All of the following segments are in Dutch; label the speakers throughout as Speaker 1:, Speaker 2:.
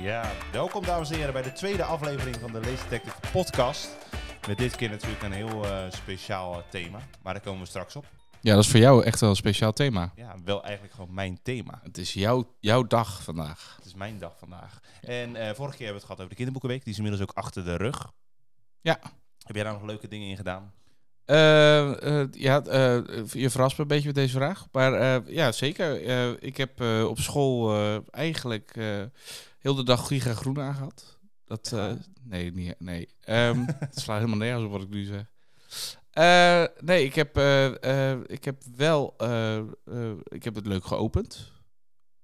Speaker 1: Ja, welkom dames en heren bij de tweede aflevering van de Laser Tactic podcast. Met dit keer natuurlijk een heel eh, speciaal eh, thema, maar daar komen we straks op.
Speaker 2: Ja, dat is voor jou echt wel een speciaal thema.
Speaker 1: Ja, wel eigenlijk gewoon mijn thema.
Speaker 2: Het is jouw, jouw dag vandaag.
Speaker 1: Het is mijn dag vandaag. En eh, vorige keer hebben we het gehad over de kinderboekenweek, die is inmiddels ook achter de rug.
Speaker 2: Ja.
Speaker 1: Heb jij daar nog leuke dingen in gedaan?
Speaker 2: Eh, eh, ja, eh, je verrast me een beetje met deze vraag. Maar eh, ja, zeker. Eh, ik heb eh, op school eh, eigenlijk eh, heel de dag Giga Groen aangehad. Dat, eh, nee, niet, nee. Ehm, het slaat helemaal nergens op wat ik nu zeg. Eh, nee, ik heb, eh, eh, ik heb wel eh, eh, ik heb het leuk geopend.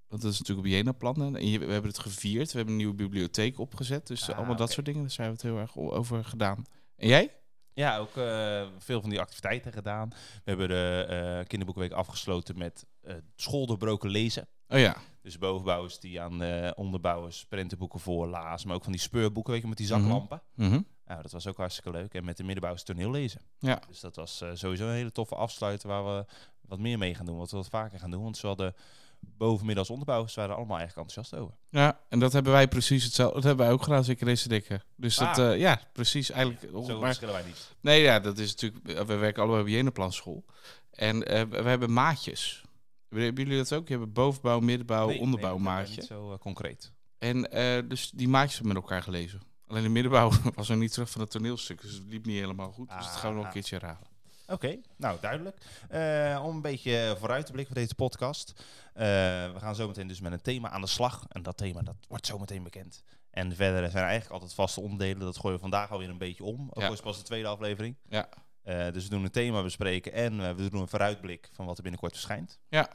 Speaker 2: Want dat is natuurlijk op Jena plannen. En je- we hebben het gevierd. We hebben een nieuwe bibliotheek opgezet. Dus
Speaker 1: Ah,
Speaker 2: allemaal dat
Speaker 1: oké.
Speaker 2: soort dingen. Daar zijn we het heel erg o- over gedaan. En jij?
Speaker 1: Ja, ook eh, veel van die activiteiten gedaan. We hebben de eh, kinderboekenweek afgesloten met eh school doorbroken lezen.
Speaker 2: Oh ja.
Speaker 1: Dus bovenbouwers die aan eh, onderbouwers prentenboeken voorlazen. Maar ook van die speurboeken, weet je, met die zaklampen.
Speaker 2: Mhm.
Speaker 1: Nou, dat was ook hartstikke leuk. En met de middenbouwers toneel lezen.
Speaker 2: Ja.
Speaker 1: Dus dat was eh, sowieso een hele toffe afsluiter waar we wat meer mee gaan doen. Wat we wat vaker gaan doen. Want zowel de bovenmiddels onderbouwers waren er allemaal eigenlijk enthousiast over.
Speaker 2: Ja, en dat hebben wij precies hetzelfde. Dat hebben wij ook gedaan, zeker deze dikke. Dus dat,
Speaker 1: Ah.
Speaker 2: eh, ja, precies. Eigenlijk,
Speaker 1: Zo
Speaker 2: Oh, maar,
Speaker 1: verschillen wij niet.
Speaker 2: nee, ja, dat is natuurlijk. eh, We werken allebei op Jeneplanschool. En eh, we hebben maatjes. Hebben jullie dat ook? Je hebt bovenbouw, middenbouw,
Speaker 1: Nee,
Speaker 2: onderbouw
Speaker 1: nee, dat hebben we
Speaker 2: maatje.
Speaker 1: Niet zo eh, concreet.
Speaker 2: En eh, dus die maatjes hebben met elkaar gelezen. Alleen de middenbouw was er niet terug van het toneelstuk. Dus het liep niet helemaal goed. Dus dat gaan we nog
Speaker 1: Ah.
Speaker 2: een keertje herhalen.
Speaker 1: Oké, nou duidelijk. Eh, om een beetje vooruit te blikken voor deze podcast. Eh, we gaan zometeen dus met een thema aan de slag. En dat thema dat wordt zometeen bekend. En verder zijn er eigenlijk altijd vaste onderdelen. Dat gooien we vandaag alweer een beetje om. Ook
Speaker 2: Ja.
Speaker 1: al is het pas de tweede aflevering.
Speaker 2: Ja.
Speaker 1: Eh, dus we doen een thema bespreken en eh, we doen een vooruitblik van wat er binnenkort verschijnt.
Speaker 2: Ja.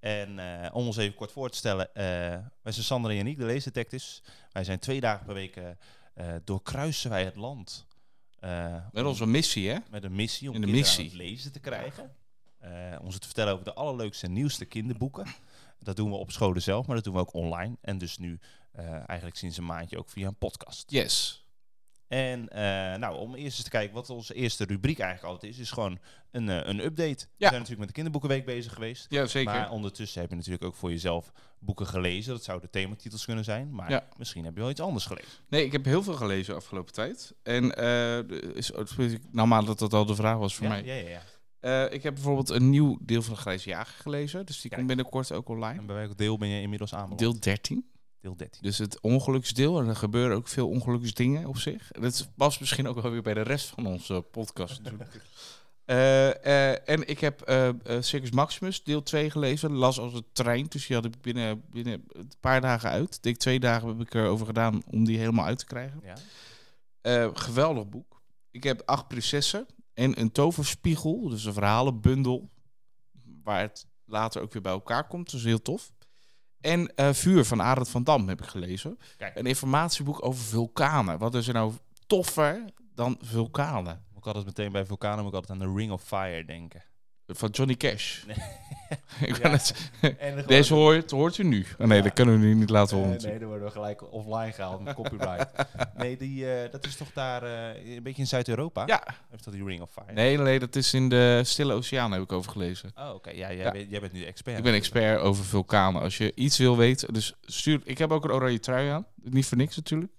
Speaker 1: En eh, om ons even kort voor te stellen, eh, wij zijn Sander en Yannick, de leesdetectives. Wij zijn twee dagen per week eh, eh, doorkruisen wij het land. Eh,
Speaker 2: Met
Speaker 1: om-
Speaker 2: onze missie, hè?
Speaker 1: met een missie om
Speaker 2: En een
Speaker 1: kinderen
Speaker 2: missie.
Speaker 1: aan het lezen te krijgen. Eh, om ze te vertellen over de allerleukste en nieuwste kinderboeken. Dat doen we op scholen zelf, maar dat doen we ook online. En dus nu eh, eigenlijk sinds een maandje ook via een podcast.
Speaker 2: Yes.
Speaker 1: En eh, nou, om eerst eens te kijken wat onze eerste rubriek eigenlijk altijd is, is gewoon een, eh, een update. We zijn natuurlijk met de kinderboekenweek bezig geweest.
Speaker 2: Ja, zeker.
Speaker 1: Maar ondertussen heb je natuurlijk ook voor jezelf boeken gelezen. Dat zouden thematitels kunnen zijn, maar
Speaker 2: Ja.
Speaker 1: misschien heb je wel iets anders gelezen.
Speaker 2: Nee, ik heb heel veel gelezen afgelopen tijd. En eh is, nou, maar dat dat al de vraag was voor
Speaker 1: ja?
Speaker 2: mij.
Speaker 1: Ja, ja, ja.
Speaker 2: Eh, ik heb bijvoorbeeld een nieuw deel van de Grijze Jager gelezen. Dus die
Speaker 1: Kijk.
Speaker 2: komt binnenkort ook online.
Speaker 1: En bij welk deel ben je inmiddels aan?
Speaker 2: Deel 13.
Speaker 1: deel 13.
Speaker 2: Dus het ongeluksdeel. En er gebeuren ook veel ongeluksdingen op zich. En Dat past misschien ook wel weer bij de rest van onze podcast natuurlijk. Eh, eh, en ik heb eh eh, Circus Maximus deel 2 gelezen. Las als een trein. Dus die had ik binnen, binnen een paar dagen uit. Ik denk twee dagen heb ik erover gedaan om die helemaal uit te krijgen.
Speaker 1: Ja?
Speaker 2: Eh, geweldig boek. Ik heb acht prinsessen en een toverspiegel, dus een verhalenbundel, waar het later ook weer bij elkaar komt. Dus heel tof. En eh, Vuur van Arend van Dam heb ik gelezen.
Speaker 1: Kijk.
Speaker 2: Een informatieboek over vulkanen. Wat is er nou toffer dan vulkanen?
Speaker 1: Ik had het meteen bij vulkanen, moet ik altijd aan de Ring of Fire denken.
Speaker 2: Van Johnny Cash.
Speaker 1: Nee.
Speaker 2: ik
Speaker 1: Ja.
Speaker 2: ben het,
Speaker 1: En dan
Speaker 2: deze
Speaker 1: gewoon-
Speaker 2: hoort, hoort u nu. Oh, nee,
Speaker 1: Ja.
Speaker 2: dat kunnen we nu niet laten
Speaker 1: Eh,
Speaker 2: horen.
Speaker 1: nee,
Speaker 2: natuurlijk.
Speaker 1: dan worden we gelijk offline gehaald met copyright. nee, die, eh, dat is toch daar eh, een beetje in Zuid-Europa?
Speaker 2: Ja.
Speaker 1: Heeft dat die Ring of Fire?
Speaker 2: nee, nee, dat is in de Stille Oceaan heb ik over gelezen.
Speaker 1: Oh, oké. Ja, jij,
Speaker 2: Ja.
Speaker 1: Bent, jij bent nu de expert.
Speaker 2: Ik ben
Speaker 1: natuurlijk.
Speaker 2: expert over vulkanen. Als je iets wil weten, dus stuur. Ik heb ook een oranje trui aan. Niet voor niks natuurlijk.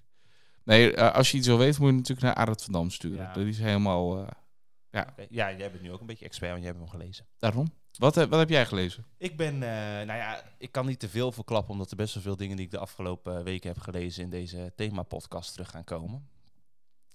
Speaker 2: Nee, eh, als je iets wil weten, moet je natuurlijk naar Arad van Dam sturen.
Speaker 1: Ja.
Speaker 2: Dat is helemaal. eh,
Speaker 1: Oké, Ja, jij bent nu ook een beetje expert, want jij hebt hem gelezen.
Speaker 2: daarom. Wat, heb- wat heb jij gelezen?
Speaker 1: Ik ben, eh, nou ja, ik kan niet te veel verklappen, omdat er best wel veel dingen die ik de afgelopen eh, weken heb gelezen in deze themapodcast terug gaan komen.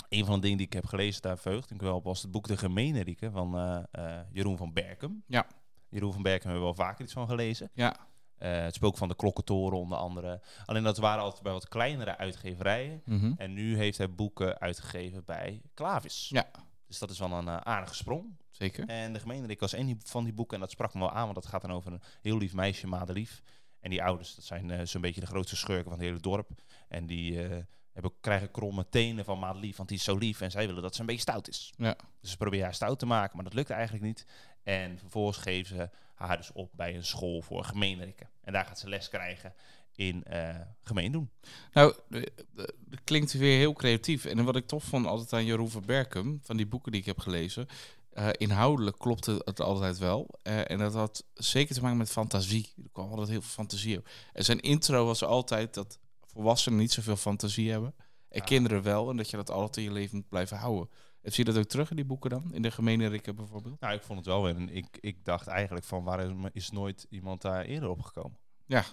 Speaker 1: Een van de dingen die ik heb gelezen, daar verheugde ik me wel op, was het boek De Gemene Rieke van eh, eh, Jeroen van Berkem.
Speaker 2: Ja.
Speaker 1: Jeroen van Berkem hebben we wel vaker iets van gelezen.
Speaker 2: Ja.
Speaker 1: Eh, het spook van de klokkentoren onder andere. Alleen dat waren altijd bij wat kleinere uitgeverijen.
Speaker 2: Mhm.
Speaker 1: En nu heeft hij boeken uitgegeven bij Klavis.
Speaker 2: Ja.
Speaker 1: Dus dat is wel een eh, aardige sprong.
Speaker 2: Zeker.
Speaker 1: En de gemeente, ik was één van die boeken en dat sprak me wel aan, want dat gaat dan over een heel lief meisje, Madelief. En die ouders, dat zijn eh, zo'n beetje de grootste schurken van het hele dorp. En die eh, hebben, krijgen kromme tenen van Madelief, want die is zo lief en zij willen dat ze een beetje stout is.
Speaker 2: Ja.
Speaker 1: Dus ze proberen haar stout te maken, maar dat lukt eigenlijk niet. En vervolgens geven ze haar dus op bij een school voor gemeenrikken. En daar gaat ze les krijgen in eh gemeen doen.
Speaker 2: Nou, eh, eh, dat klinkt weer heel creatief. En wat ik tof vond altijd aan Jeroen van Berkum, van die boeken die ik heb gelezen, eh, inhoudelijk klopte het altijd wel. Eh, en dat had zeker te maken met fantasie. Er kwam altijd heel veel fantasie op. En zijn intro was altijd dat volwassenen niet zoveel fantasie hebben. En
Speaker 1: Ja.
Speaker 2: kinderen wel. En dat je dat altijd in je leven moet blijven houden. En zie je dat ook terug in die boeken dan? In de gemene rikken bijvoorbeeld?
Speaker 1: Nou, ik vond het wel weer. En ik, ik dacht eigenlijk van waarom is nooit iemand daar eerder op gekomen?
Speaker 2: Ja.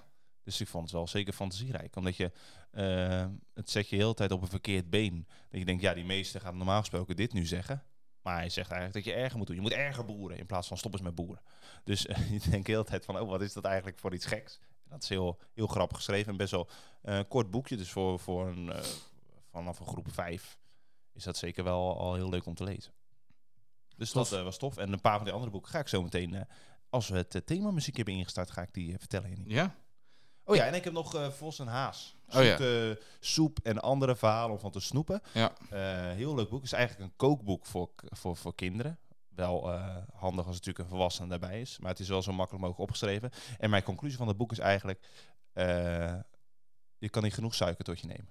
Speaker 1: Dus ik vond het wel zeker fantasierijk. Omdat je eh, het zet je de hele tijd op een verkeerd been. Dat je denkt, ja, die meester gaat normaal gesproken dit nu zeggen. Maar hij zegt eigenlijk dat je erger moet doen. Je moet erger boeren in plaats van stop eens met boeren. Dus eh, je denkt de hele tijd van, oh, wat is dat eigenlijk voor iets geks? Dat is heel, heel grappig geschreven en best wel eh, een kort boekje. Dus voor, voor een, eh, vanaf een groep vijf is dat zeker wel al heel leuk om te lezen. Dus
Speaker 2: Tof.
Speaker 1: dat eh, was tof. En een paar van die andere boeken ga ik zo meteen, eh, als we het eh, themamuziek hebben ingestart, ga ik die eh, vertellen. Henny.
Speaker 2: Ja?
Speaker 1: Oh ja, en ik heb nog eh, Vos en Haas.
Speaker 2: Oh ja.
Speaker 1: Zoet, eh, soep en andere verhalen om van te snoepen.
Speaker 2: Ja.
Speaker 1: Eh, heel leuk boek. Het is eigenlijk een kookboek voor, k- voor, voor kinderen. Wel eh, handig als natuurlijk een volwassene daarbij is. Maar het is wel zo makkelijk mogelijk opgeschreven. En mijn conclusie van dat boek is eigenlijk... eh, je kan niet genoeg suiker tot je nemen.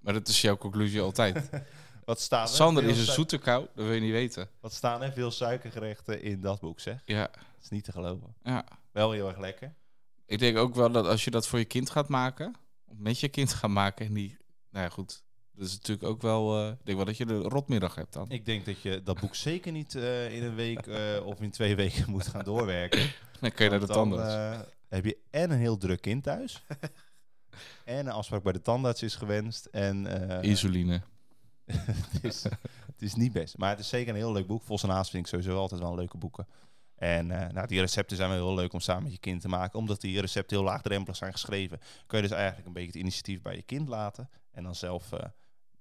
Speaker 2: Maar dat is jouw conclusie altijd.
Speaker 1: Wat staan er?
Speaker 2: Sander
Speaker 1: Veel
Speaker 2: is een
Speaker 1: su-
Speaker 2: zoete kou, dat wil je niet weten.
Speaker 1: Wat staan er veel suikergerechten in dat boek, zeg?
Speaker 2: Ja.
Speaker 1: Dat is niet te geloven.
Speaker 2: Ja.
Speaker 1: Wel heel erg lekker.
Speaker 2: Ik denk ook wel dat als je dat voor je kind gaat maken, of met je kind gaat maken, en die, nou ja, goed. Dat is natuurlijk ook wel, eh, ik denk wel dat je de rotmiddag hebt dan.
Speaker 1: Ik denk dat je dat boek zeker niet eh, in een week eh, of in twee weken moet gaan doorwerken.
Speaker 2: Dan kun je naar de
Speaker 1: Want dan,
Speaker 2: tandarts.
Speaker 1: eh, heb je en een heel druk kind thuis. en een afspraak bij de tandarts is gewenst. En eh,
Speaker 2: Insuline.
Speaker 1: het, is, het is niet best. Maar het is zeker een heel leuk boek. Vos en Haas vind ik sowieso altijd wel leuke boeken. En eh, nou, die recepten zijn wel heel leuk om samen met je kind te maken. Omdat die recepten heel laagdrempelig zijn geschreven. Kun je dus eigenlijk een beetje het initiatief bij je kind laten. En dan zelf eh,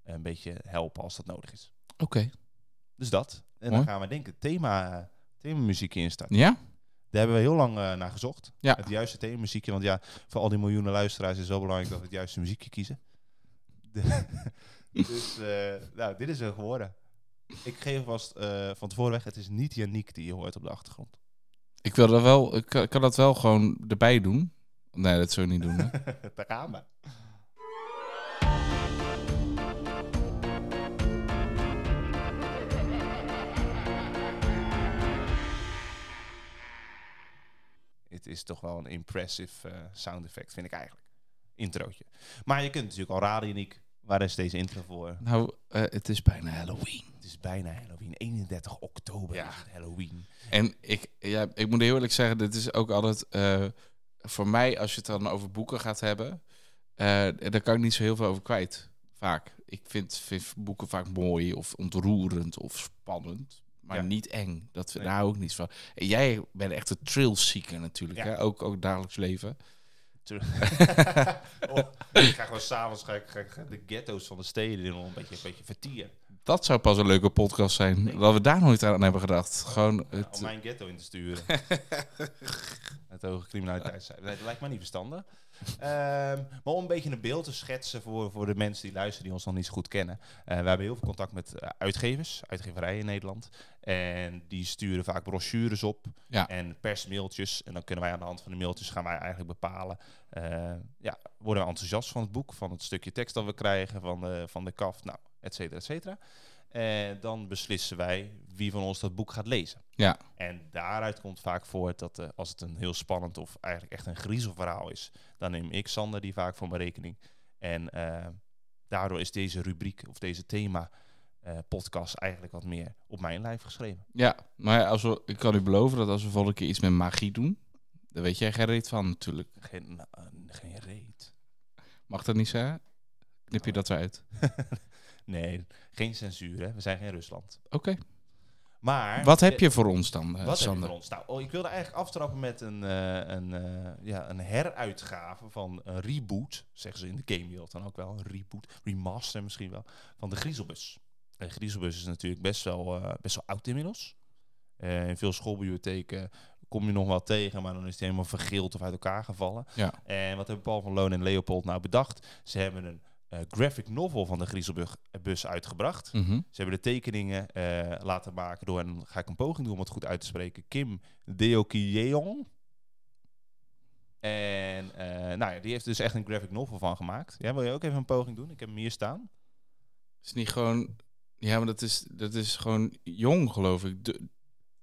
Speaker 1: een beetje helpen als dat nodig is.
Speaker 2: Oké.
Speaker 1: Dus dat. En
Speaker 2: Mooi.
Speaker 1: dan gaan we denken thema, eh, thema muziek instarten.
Speaker 2: Ja?
Speaker 1: Daar hebben we heel lang eh, naar gezocht.
Speaker 2: Ja.
Speaker 1: Het juiste themamuziekje. Want ja, voor al die miljoenen luisteraars is het wel belangrijk dat we het juiste muziekje kiezen. De- dus eh, nou, dit is er geworden. Ik geef vast eh, van tevoren weg, het is niet Yannick die je hoort op de achtergrond.
Speaker 2: Ik wil dat wel, ik kan, ik kan dat wel gewoon erbij doen. Nee, dat zou je niet doen. hè?
Speaker 1: Daar gaan we. Het is toch wel een impressive eh, sound effect, vind ik eigenlijk. Introotje. Maar je kunt natuurlijk al raden, Yannick. Waar is deze intro voor?
Speaker 2: nou, eh, het is bijna Halloween.
Speaker 1: Het is bijna Halloween. 31 oktober
Speaker 2: Ja.
Speaker 1: is het Halloween.
Speaker 2: En ik, ja, ik moet heel eerlijk zeggen, dit is ook altijd eh, voor mij, als je het dan over boeken gaat hebben, eh, daar kan ik niet zo heel veel over kwijt. Vaak. Ik vind, vind boeken vaak mooi of ontroerend of spannend, maar
Speaker 1: Ja.
Speaker 2: niet eng. Dat,
Speaker 1: Nee.
Speaker 2: Daar hou ik niet van. En jij bent echt een trailseeker natuurlijk,
Speaker 1: Ja.
Speaker 2: hè? Ook, ook dagelijks leven.
Speaker 1: Oh, ik ga gewoon s'avonds ga ik, ga ik de ghetto's van de steden in om een beetje, een beetje vertieren.
Speaker 2: Dat zou pas een leuke podcast zijn, dat we daar nooit aan hebben gedacht. Gewoon
Speaker 1: Ja,
Speaker 2: het,
Speaker 1: om mijn ghetto in te sturen. het hoge criminaliteitscijfer. Nee, dat lijkt mij niet verstandig. Ehm, maar om een beetje een beeld te schetsen voor, voor de mensen die luisteren, die ons nog niet zo goed kennen. Eh, we hebben heel veel contact met eh, uitgevers, uitgeverijen in Nederland. En die sturen vaak brochures op
Speaker 2: Ja.
Speaker 1: en persmailtjes. En dan kunnen wij aan de hand van de mailtjes gaan wij eigenlijk bepalen. eh, ja, worden we enthousiast van het boek, van het stukje tekst dat we krijgen, van de, van de kaft, nou, et cetera, et cetera. En dan beslissen wij wie van ons dat boek gaat lezen.
Speaker 2: Ja.
Speaker 1: En daaruit komt vaak voort dat eh, als het een heel spannend of eigenlijk echt een griezelverhaal is, dan neem ik Sander die vaak voor mijn rekening. En eh, daardoor is deze rubriek of deze thema eh, podcast eigenlijk wat meer op mijn lijf geschreven.
Speaker 2: Ja, maar als we, ik kan u beloven dat als we volgende keer iets met magie doen, daar weet jij geen reet van natuurlijk.
Speaker 1: Geen, nou, eh, geen reet.
Speaker 2: Mag dat niet zeggen? Knip je dat eruit?
Speaker 1: Nee, geen censuur, hè? we zijn geen Rusland.
Speaker 2: Oké.
Speaker 1: Maar
Speaker 2: Wat
Speaker 1: Eh,
Speaker 2: heb je voor ons dan, eh,
Speaker 1: Wat heb je
Speaker 2: Sander?
Speaker 1: voor ons? Nou, oh, ik wilde eigenlijk aftrappen met een, eh, een, eh, ja, een heruitgave van een reboot, zeggen ze in de gamewereld dan ook wel, een reboot, remaster misschien wel, van de Griezelbus. De Griezelbus is natuurlijk best wel, eh, best wel oud inmiddels. Eh, in veel schoolbibliotheken kom je nog wel tegen, maar dan is het helemaal vergeeld of uit elkaar gevallen.
Speaker 2: Ja.
Speaker 1: En wat hebben Paul van Loon en Leopold nou bedacht? Ze hebben een eh, graphic novel van de Griezelbus eh, uitgebracht.
Speaker 2: Mhm.
Speaker 1: Ze hebben de tekeningen eh, laten maken door, en dan ga ik een poging doen om het goed uit te spreken, Kim Deokyeong. En eh, nou ja, die heeft dus echt een graphic novel van gemaakt. Ja, wil je ook even een poging doen? Ik heb hem hier staan.
Speaker 2: Is niet gewoon... Ja, maar dat is, dat is gewoon jong, geloof ik. Do-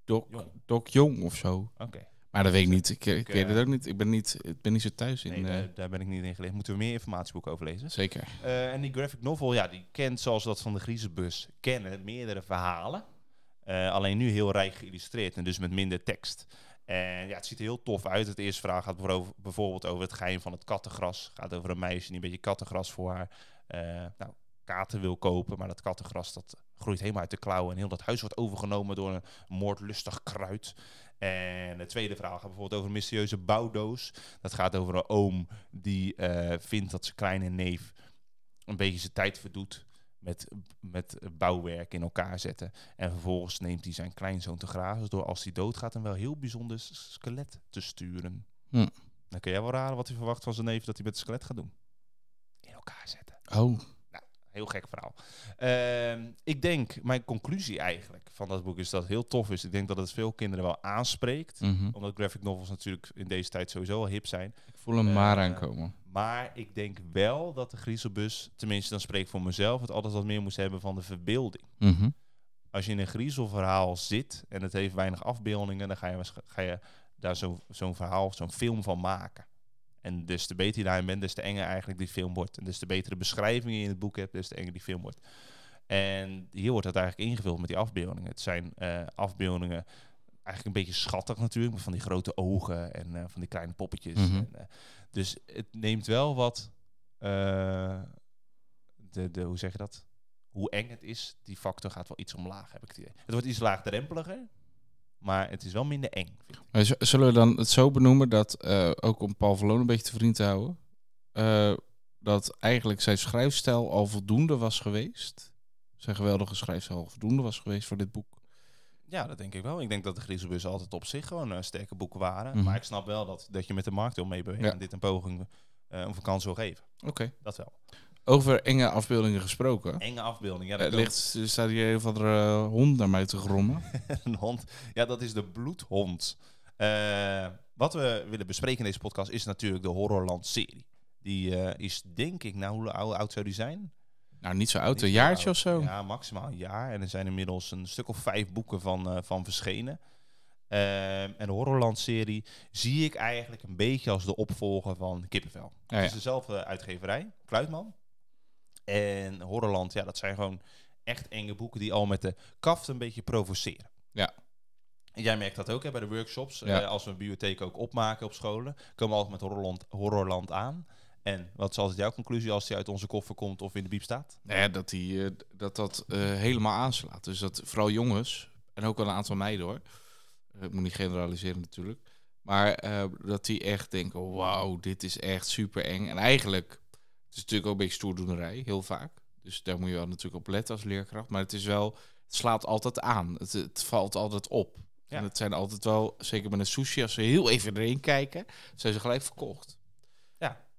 Speaker 2: Doc,
Speaker 1: Jong.
Speaker 2: Doc Jong of zo.
Speaker 1: Oké.
Speaker 2: Maar Maar dat weet ik niet. Ik, ik
Speaker 1: Ik,
Speaker 2: weet
Speaker 1: eh,
Speaker 2: het ook niet. Ik ben niet, ik ben niet zo thuis in.
Speaker 1: Nee,
Speaker 2: eh,
Speaker 1: daar, daar ben ik niet in gelezen. Moeten we meer informatieboeken over lezen?
Speaker 2: zeker.
Speaker 1: Eh, en die graphic novel, ja, die kent zoals dat van de Griezenbus kennen, meerdere verhalen. Eh, alleen nu heel rijk geïllustreerd en dus met minder tekst. En ja, het ziet er heel tof uit. Het eerste verhaal gaat bero- bijvoorbeeld over het geheim van het kattengras. gaat over een meisje die een beetje kattengras voor haar eh, nou, katen wil kopen. Maar dat kattengras dat groeit helemaal uit de klauwen. En heel dat huis wordt overgenomen door een moordlustig kruid. En het tweede verhaal gaat bijvoorbeeld over een mysterieuze bouwdoos. Dat gaat over een oom die eh, vindt dat zijn kleine neef een beetje zijn tijd verdoet met, met bouwwerk in elkaar zetten. En vervolgens neemt hij zijn kleinzoon te grazen door als hij doodgaat een wel heel bijzonder s- skelet te sturen.
Speaker 2: Hm.
Speaker 1: Dan kun jij wel raden wat hij verwacht van zijn neef dat hij met het skelet gaat doen. In elkaar zetten.
Speaker 2: Oh,
Speaker 1: Heel gek verhaal. Ehm, ik denk, mijn conclusie eigenlijk van dat boek is dat het heel tof is. Ik denk dat het veel kinderen wel aanspreekt.
Speaker 2: mhm.
Speaker 1: Omdat graphic novels natuurlijk in deze tijd sowieso al hip zijn.
Speaker 2: ik voel hem
Speaker 1: Eh,
Speaker 2: maar aankomen.
Speaker 1: Maar ik denk wel dat de griezelbus, tenminste dan spreek ik voor mezelf, het altijd wat meer moest hebben van de verbeelding.
Speaker 2: Mhm.
Speaker 1: Als je in een griezelverhaal zit en het heeft weinig afbeeldingen, dan ga je, waarsch- ga je daar zo- zo'n verhaal, zo'n film van maken. En dus te beter je daarin bent, des te enger eigenlijk die film wordt. En dus te betere beschrijvingen je in het boek hebt, des te enger die film wordt. En hier wordt dat eigenlijk ingevuld met die afbeeldingen. Het zijn eh, afbeeldingen, eigenlijk een beetje schattig natuurlijk, maar van die grote ogen en eh, van die kleine poppetjes.
Speaker 2: Mhm.
Speaker 1: En, eh, dus het neemt wel wat, eh, de, de, hoe zeg je dat? Hoe eng het is, die factor gaat wel iets omlaag, heb ik het idee. Het wordt iets laagdrempeliger, maar het is wel minder eng. Vind ik.
Speaker 2: Maar z- Zullen we dan het zo benoemen dat, eh, ook om Paul Verloon een beetje te vriend te houden, eh, dat eigenlijk zijn schrijfstijl al voldoende was geweest? Zijn geweldige schrijfstijl al voldoende was geweest voor dit boek.
Speaker 1: Ja, dat denk ik wel. Ik denk dat de Griezelbus altijd op zich gewoon eh, sterke boeken waren.
Speaker 2: Mhm.
Speaker 1: Maar ik snap wel dat, dat je met de markt wil meebewegen
Speaker 2: Ja.
Speaker 1: en dit een poging, eh, een vakantie wil geven.
Speaker 2: Oké.
Speaker 1: Dat wel.
Speaker 2: Over enge afbeeldingen gesproken.
Speaker 1: Enge afbeelding. Ja,
Speaker 2: Er
Speaker 1: dat
Speaker 2: ligt, er staat hier een of andere eh, hond naar mij te grommen.
Speaker 1: een hond. Ja, dat is de bloedhond. Eh, wat we willen bespreken in deze podcast is natuurlijk de Horrorland-serie. Die eh, is denk ik, nou hoe ou- oud zou die zijn?
Speaker 2: Nou, niet zo oud, een
Speaker 1: Niet
Speaker 2: jaartje
Speaker 1: oud.
Speaker 2: of zo.
Speaker 1: Ja, maximaal een jaar. En er zijn inmiddels een stuk of vijf boeken van, eh, van verschenen. Ehm, en de Horrorland-serie zie ik eigenlijk een beetje als de opvolger van Kippenvel.
Speaker 2: Ja,
Speaker 1: Het
Speaker 2: Oh, ja.
Speaker 1: is dezelfde uitgeverij, Kluitman. En Horrorland, ja, dat zijn gewoon echt enge boeken die al met de kaft een beetje provoceren.
Speaker 2: Ja.
Speaker 1: En jij merkt dat ook hè, bij de workshops.
Speaker 2: Ja.
Speaker 1: Eh, als we een bibliotheek ook opmaken op scholen, komen we altijd met Horrorland, Horrorland aan. En wat is altijd jouw conclusie als die uit onze koffer komt of in de biep staat?
Speaker 2: Nou ja, dat die, eh, dat, dat eh, helemaal aanslaat. Dus dat vooral jongens, en ook wel een aantal meiden hoor. Eh, Ik moet niet generaliseren natuurlijk. Maar eh, dat die echt denken, wauw, dit is echt super eng. En eigenlijk, het is natuurlijk ook een beetje stoerdoenerij, heel vaak. Dus daar moet je wel natuurlijk op letten als leerkracht. Maar het is wel, het slaat altijd aan. Het, het valt altijd op.
Speaker 1: Ja.
Speaker 2: En het zijn altijd wel, zeker met een sushi, als ze heel even erheen kijken, zijn ze gelijk verkocht.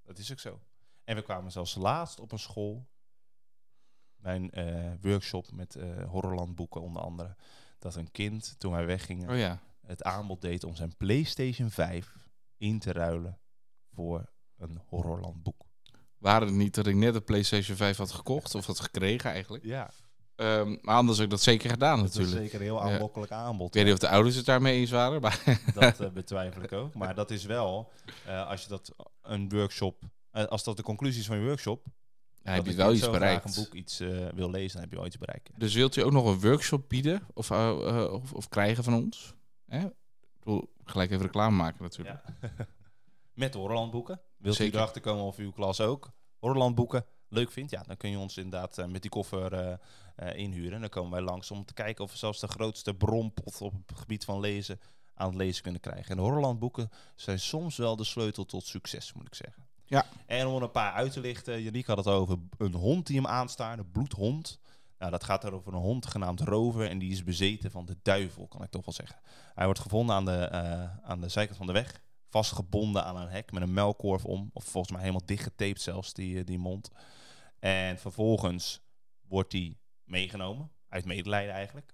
Speaker 1: Dat is ook zo. En we kwamen zelfs laatst op een school bij een eh, workshop met eh, Horrorland boeken onder andere. Dat een kind, toen wij weggingen,
Speaker 2: Oh ja.
Speaker 1: het aanbod deed om zijn PlayStation 5 in te ruilen voor een Horrorland boek.
Speaker 2: Waren het niet dat ik net een PlayStation 5 had gekocht of had gekregen eigenlijk.
Speaker 1: Ja, dat
Speaker 2: Ehm, maar anders heb ik dat zeker gedaan
Speaker 1: is
Speaker 2: natuurlijk.
Speaker 1: zeker een heel
Speaker 2: Ja.
Speaker 1: aanlokkelijk aanbod.
Speaker 2: Ik weet niet of de ouders het daarmee eens waren, maar
Speaker 1: Dat eh, betwijfel ik ook. Maar dat is wel, eh, als je dat een workshop, eh, als dat de conclusie is van je workshop,
Speaker 2: hij
Speaker 1: dat
Speaker 2: heeft
Speaker 1: een
Speaker 2: wel
Speaker 1: kind
Speaker 2: iets
Speaker 1: zo graag
Speaker 2: bereikt.
Speaker 1: een boek iets eh, wil lezen, dan heb je wel iets bereikt.
Speaker 2: Dus wilt u ook nog een workshop bieden of, eh, eh, of, of krijgen van ons? Hè? Ik bedoel, gelijk even reclame maken natuurlijk.
Speaker 1: Ja. Met de Horrorland boeken. Wilt
Speaker 2: Zeker.
Speaker 1: u erachter komen of uw klas ook Horrorland boeken leuk vindt? Ja, dan kun je ons inderdaad eh, met die koffer eh, eh, inhuren. En dan komen wij langs om te kijken of we zelfs de grootste bronpot op het gebied van lezen aan het lezen kunnen krijgen. En de Horrorland boeken zijn soms wel de sleutel tot succes, moet ik zeggen.
Speaker 2: Ja.
Speaker 1: En om er een paar uit te lichten, Janiek had het over een hond die hem aanstaarde, bloedhond. Nou, dat gaat er over een hond genaamd Rover en die is bezeten van de duivel, kan ik toch wel zeggen. Hij wordt gevonden aan de, eh, aan de zijkant van de weg vastgebonden aan een hek met een melkkorf om. Of volgens mij helemaal dichtgetaped zelfs, die, eh, die mond. En vervolgens wordt die meegenomen, uit medelijden eigenlijk.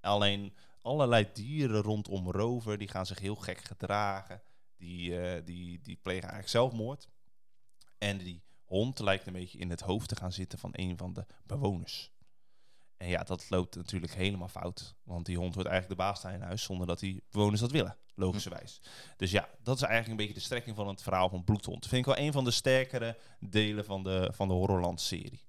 Speaker 1: Alleen allerlei dieren rondom Rover, die gaan zich heel gek gedragen. Die, eh, die, die plegen eigenlijk zelfmoord. En die hond lijkt een beetje in het hoofd te gaan zitten van een van de bewoners. En ja, dat loopt natuurlijk helemaal fout. Want die hond wordt eigenlijk de baas daar in huis zonder dat die bewoners dat willen, logischerwijs. Dus ja, dat is eigenlijk een beetje de strekking van het verhaal van Bloedhond. Vind ik wel een van de sterkere delen van de, van de Horrorland-serie.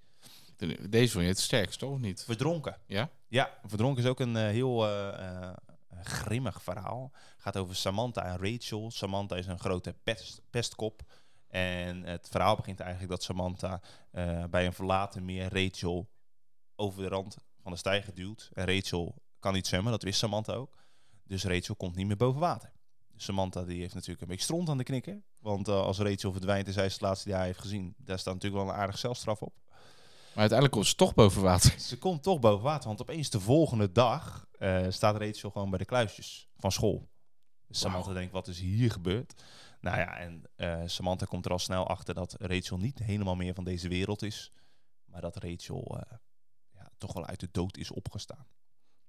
Speaker 2: Deze vond je het sterkst, toch? Of niet?
Speaker 1: Verdronken.
Speaker 2: Ja?
Speaker 1: Ja, Verdronken is ook een eh, heel eh, eh, grimmig verhaal. gaat over Samantha en Rachel. Samantha is een grote pest, pestkop. En het verhaal begint eigenlijk dat Samantha eh, bij een verlaten meer Rachel over de rand van de steiger duwt. En Rachel kan niet zwemmen, dat wist Samantha ook. Dus Rachel komt niet meer boven water. Samantha die heeft natuurlijk een beetje stront aan de knikken. Want eh, als Rachel verdwijnt en zij is het laatste die hij heeft gezien, daar staat natuurlijk wel een aardige zelfstraf op.
Speaker 2: Maar uiteindelijk komt ze toch boven water.
Speaker 1: Ze komt toch boven water, want opeens de volgende dag eh, staat Rachel gewoon bij de kluisjes van school. Dus Samantha denkt, wat is hier gebeurd? Nou ja, en eh, Samantha komt er al snel achter dat Rachel niet helemaal meer van deze wereld is. Maar dat Rachel eh, ja, toch wel uit de dood is opgestaan.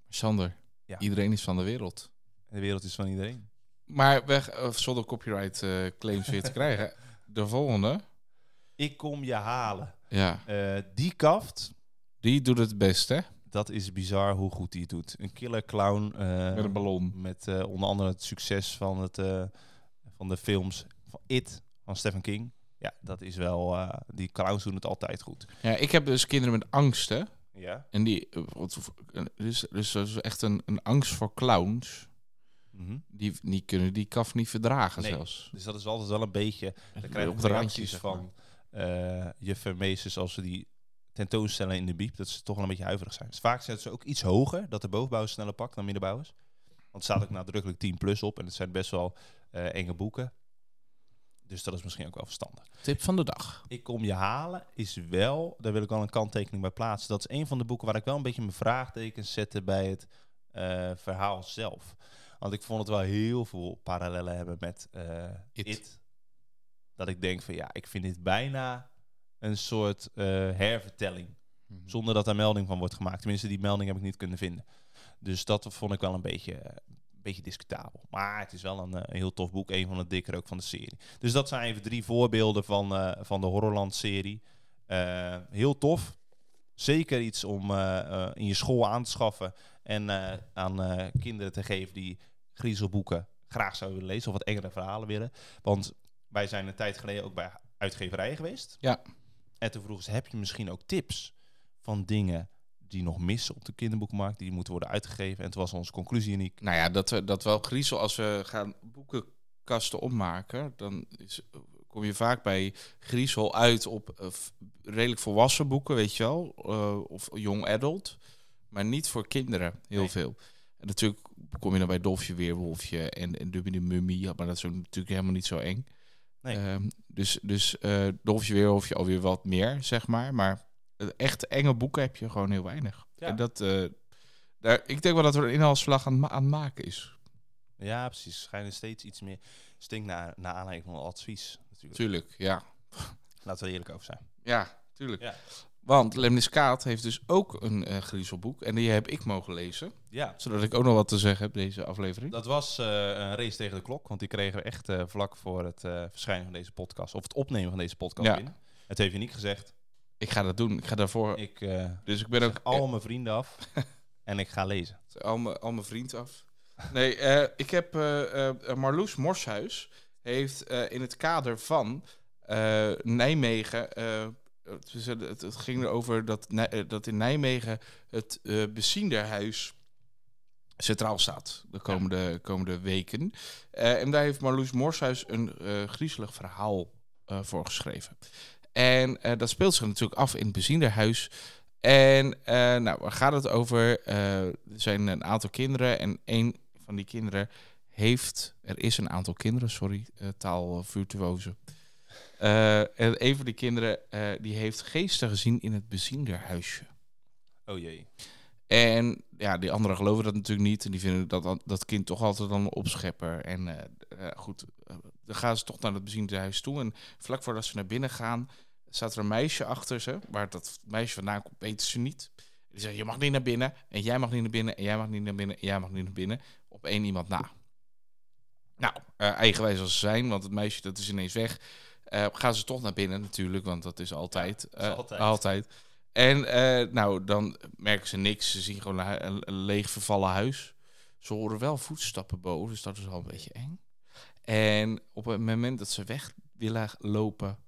Speaker 2: Sander,
Speaker 1: Ja.
Speaker 2: iedereen is van de wereld.
Speaker 1: En de wereld is van iedereen.
Speaker 2: Maar weg, of zonder copyright eh, claims weer te krijgen. De volgende.
Speaker 1: Ik kom je halen.
Speaker 2: Ja,
Speaker 1: Eh, die kaft,
Speaker 2: die doet het best, hè?
Speaker 1: dat is bizar hoe goed die het doet. Een killer clown. eh,
Speaker 2: Met een ballon.
Speaker 1: Met eh, onder andere het succes van, het, eh, van de films van It van Stephen King. Ja, dat is wel. eh, die clowns doen het altijd goed.
Speaker 2: Ja, ik heb dus kinderen met angsten.
Speaker 1: Ja.
Speaker 2: En die. eh, wat- Dus, dus dat is echt een, een angst voor clowns.
Speaker 1: Mhm.
Speaker 2: Die, die kunnen die kaf niet verdragen,
Speaker 1: Nee.
Speaker 2: zelfs.
Speaker 1: Dus dat is altijd wel een beetje. Daar
Speaker 2: Op
Speaker 1: krijg
Speaker 2: het
Speaker 1: je
Speaker 2: randje,
Speaker 1: reacties
Speaker 2: zeg maar.
Speaker 1: van eh juf en meesters als ze die tentoonstellen in de biep. Dat ze toch wel een beetje huiverig zijn. Dus vaak zetten ze ook iets hoger dat de bovenbouwers sneller pakt dan middenbouwers. Want er staat
Speaker 2: Mhm.
Speaker 1: ook nadrukkelijk 10 plus op. En het zijn best wel eh, enge boeken. Dus dat is misschien ook wel verstandig.
Speaker 2: Tip van de dag.
Speaker 1: Ik kom je halen is wel, daar wil ik wel een kanttekening bij plaatsen. Dat is een van de boeken waar ik wel een beetje mijn vraagtekens zette bij het eh, verhaal zelf. Want ik vond het wel heel veel parallellen hebben met eh,
Speaker 2: It.
Speaker 1: It. Dat ik denk van ja, ik vind dit bijna een soort eh, hervertelling. Zonder dat daar melding van wordt gemaakt. Tenminste, die melding heb ik niet kunnen vinden. Dus dat vond ik wel een beetje, eh, een beetje discutabel. Maar het is wel een, eh, een heel tof boek. Een van de dikker ook van de serie. Dus dat zijn even drie voorbeelden van, eh, van de Horrorland-serie. Eh, heel tof. Zeker iets om eh, eh, in je school aan te schaffen. En eh, aan eh, kinderen te geven die griezelboeken graag zouden willen lezen. Of wat engere verhalen willen. Want wij zijn een tijd geleden ook bij uitgeverijen geweest.
Speaker 2: Ja.
Speaker 1: En toen vroegen ze, heb je misschien ook tips? van dingen die nog missen op de kinderboekmarkt, die moeten worden uitgegeven. En toen was onze conclusie uniek.
Speaker 2: Nou ja, dat, we- dat wel griezel. Als we gaan boekenkasten opmaken, dan is, kom je vaak bij griezel uit op eh, f- redelijk volwassen boeken, weet je wel. eh, of young adult. Maar niet voor kinderen, heel
Speaker 1: Nee.
Speaker 2: veel. En natuurlijk kom je dan bij Dolfje Weerwolfje en, en Dubby de Mummy. ja, maar dat is ook natuurlijk helemaal niet zo eng.
Speaker 1: Nee.
Speaker 2: Ehm, dus dus eh, Dolfje Weerwolfje alweer wat meer, zeg maar. Maar eh, echt enge boeken heb je gewoon heel weinig.
Speaker 1: Ja.
Speaker 2: En dat... eh, daar, ik denk wel dat er een inhaalslag aan, ma- aan het maken is.
Speaker 1: Ja, precies. Schijnen steeds iets meer stinkt naar, naar aanleiding van advies. Natuurlijk.
Speaker 2: Tuurlijk, ja.
Speaker 1: Laten we er eerlijk over zijn.
Speaker 2: Ja, tuurlijk.
Speaker 1: Ja.
Speaker 2: Want Lemnis Kaat heeft dus ook een eh griezelboek. En die heb ik mogen lezen.
Speaker 1: Ja.
Speaker 2: Zodat ik ook nog wat te zeggen heb deze aflevering.
Speaker 1: Dat was eh, een race tegen de klok, want die kregen we echt eh, vlak voor het eh, verschijnen van deze podcast, of het opnemen van deze podcast
Speaker 2: Ja.
Speaker 1: binnen. Het heeft uniek gezegd.
Speaker 2: Ik ga dat doen. Ik ga daarvoor...
Speaker 1: Ik eh
Speaker 2: dus ik ben ook
Speaker 1: zeg al mijn vrienden af en ik ga lezen.
Speaker 2: eh, al, mijn, al mijn vriend af. Nee, eh, ik heb... eh, eh, Marloes Morshuis heeft eh, in het kader van eh, Nijmegen... eh, het, is- het, het ging erover dat, Nij- eh, dat in Nijmegen het eh bezienderhuis centraal staat de komende, komende weken. Eh, en daar heeft Marloes Morshuis een eh, griezelig verhaal eh, voor geschreven. En eh, dat speelt zich natuurlijk af in het bezienerhuis. En eh, nou, waar gaat het over? Eh, er zijn een aantal kinderen en een van die kinderen heeft... Er is een aantal kinderen, sorry, eh taalvirtuoze. Eh, en een van die kinderen eh, die heeft geesten gezien in het bezienerhuisje.
Speaker 1: Oh jee.
Speaker 2: En ja, die anderen geloven dat natuurlijk niet. En die vinden dat, dat kind toch altijd dan een opschepper. En eh, eh, goed, eh, dan gaan ze toch naar het beziende huis toe. En vlak voordat ze naar binnen gaan, staat er een meisje achter ze. Waar dat meisje vandaan komt, weten ze niet. Die zegt, je mag niet naar binnen. En jij mag niet naar binnen. En jij mag niet naar binnen. En jij mag niet naar binnen. Op één iemand na. Nou, eh, eigenwijs als ze zijn, want het meisje dat is ineens weg. eh, gaan ze toch naar binnen natuurlijk, want dat is altijd.
Speaker 1: dat is
Speaker 2: eh,
Speaker 1: altijd.
Speaker 2: altijd. En eh, nou, dan merken ze niks. Ze zien gewoon een, hu- een- een leeg vervallen huis. Ze horen wel voetstappen boven, dus dat is al een beetje eng. En op het moment dat ze weg willen lopen,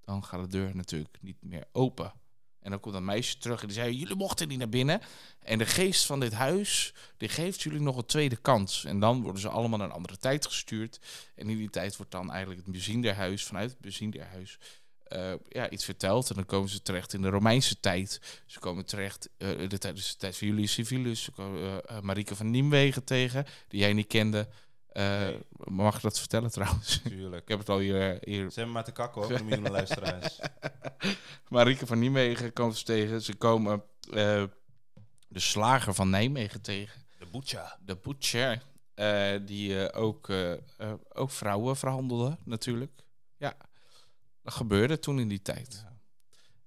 Speaker 2: dan gaat de deur natuurlijk niet meer open. En dan komt dat meisje terug en die zei: Jullie mochten niet naar binnen. En de geest van dit huis, die geeft jullie nog een tweede kans. En dan worden ze allemaal naar een andere tijd gestuurd. En in die tijd wordt dan eigenlijk het bezienderhuis, vanuit het bezienderhuis, eh, ja, iets verteld. En dan komen ze terecht in de Romeinse tijd. Ze komen terecht, eh, de tijd, dus de tijd van Julius Civilus. Ze komen eh, eh, Marieke van Nimwegen tegen, die jij niet kende. Eh,
Speaker 1: Nee.
Speaker 2: Mag ik dat vertellen trouwens? Ik
Speaker 1: Tuurlijk.
Speaker 2: heb het al hier, eh, hier
Speaker 1: Ze hebben maar te kakken hoor, voor de miljoenen luisteraars.
Speaker 2: Marieke van Nijmegen komen ze tegen. Ze komen eh, de slager van Nijmegen tegen.
Speaker 1: De boetja.
Speaker 2: De butcher. eh, die eh, ook, eh, eh, ook vrouwen verhandelde, natuurlijk. Ja, dat gebeurde toen in die tijd.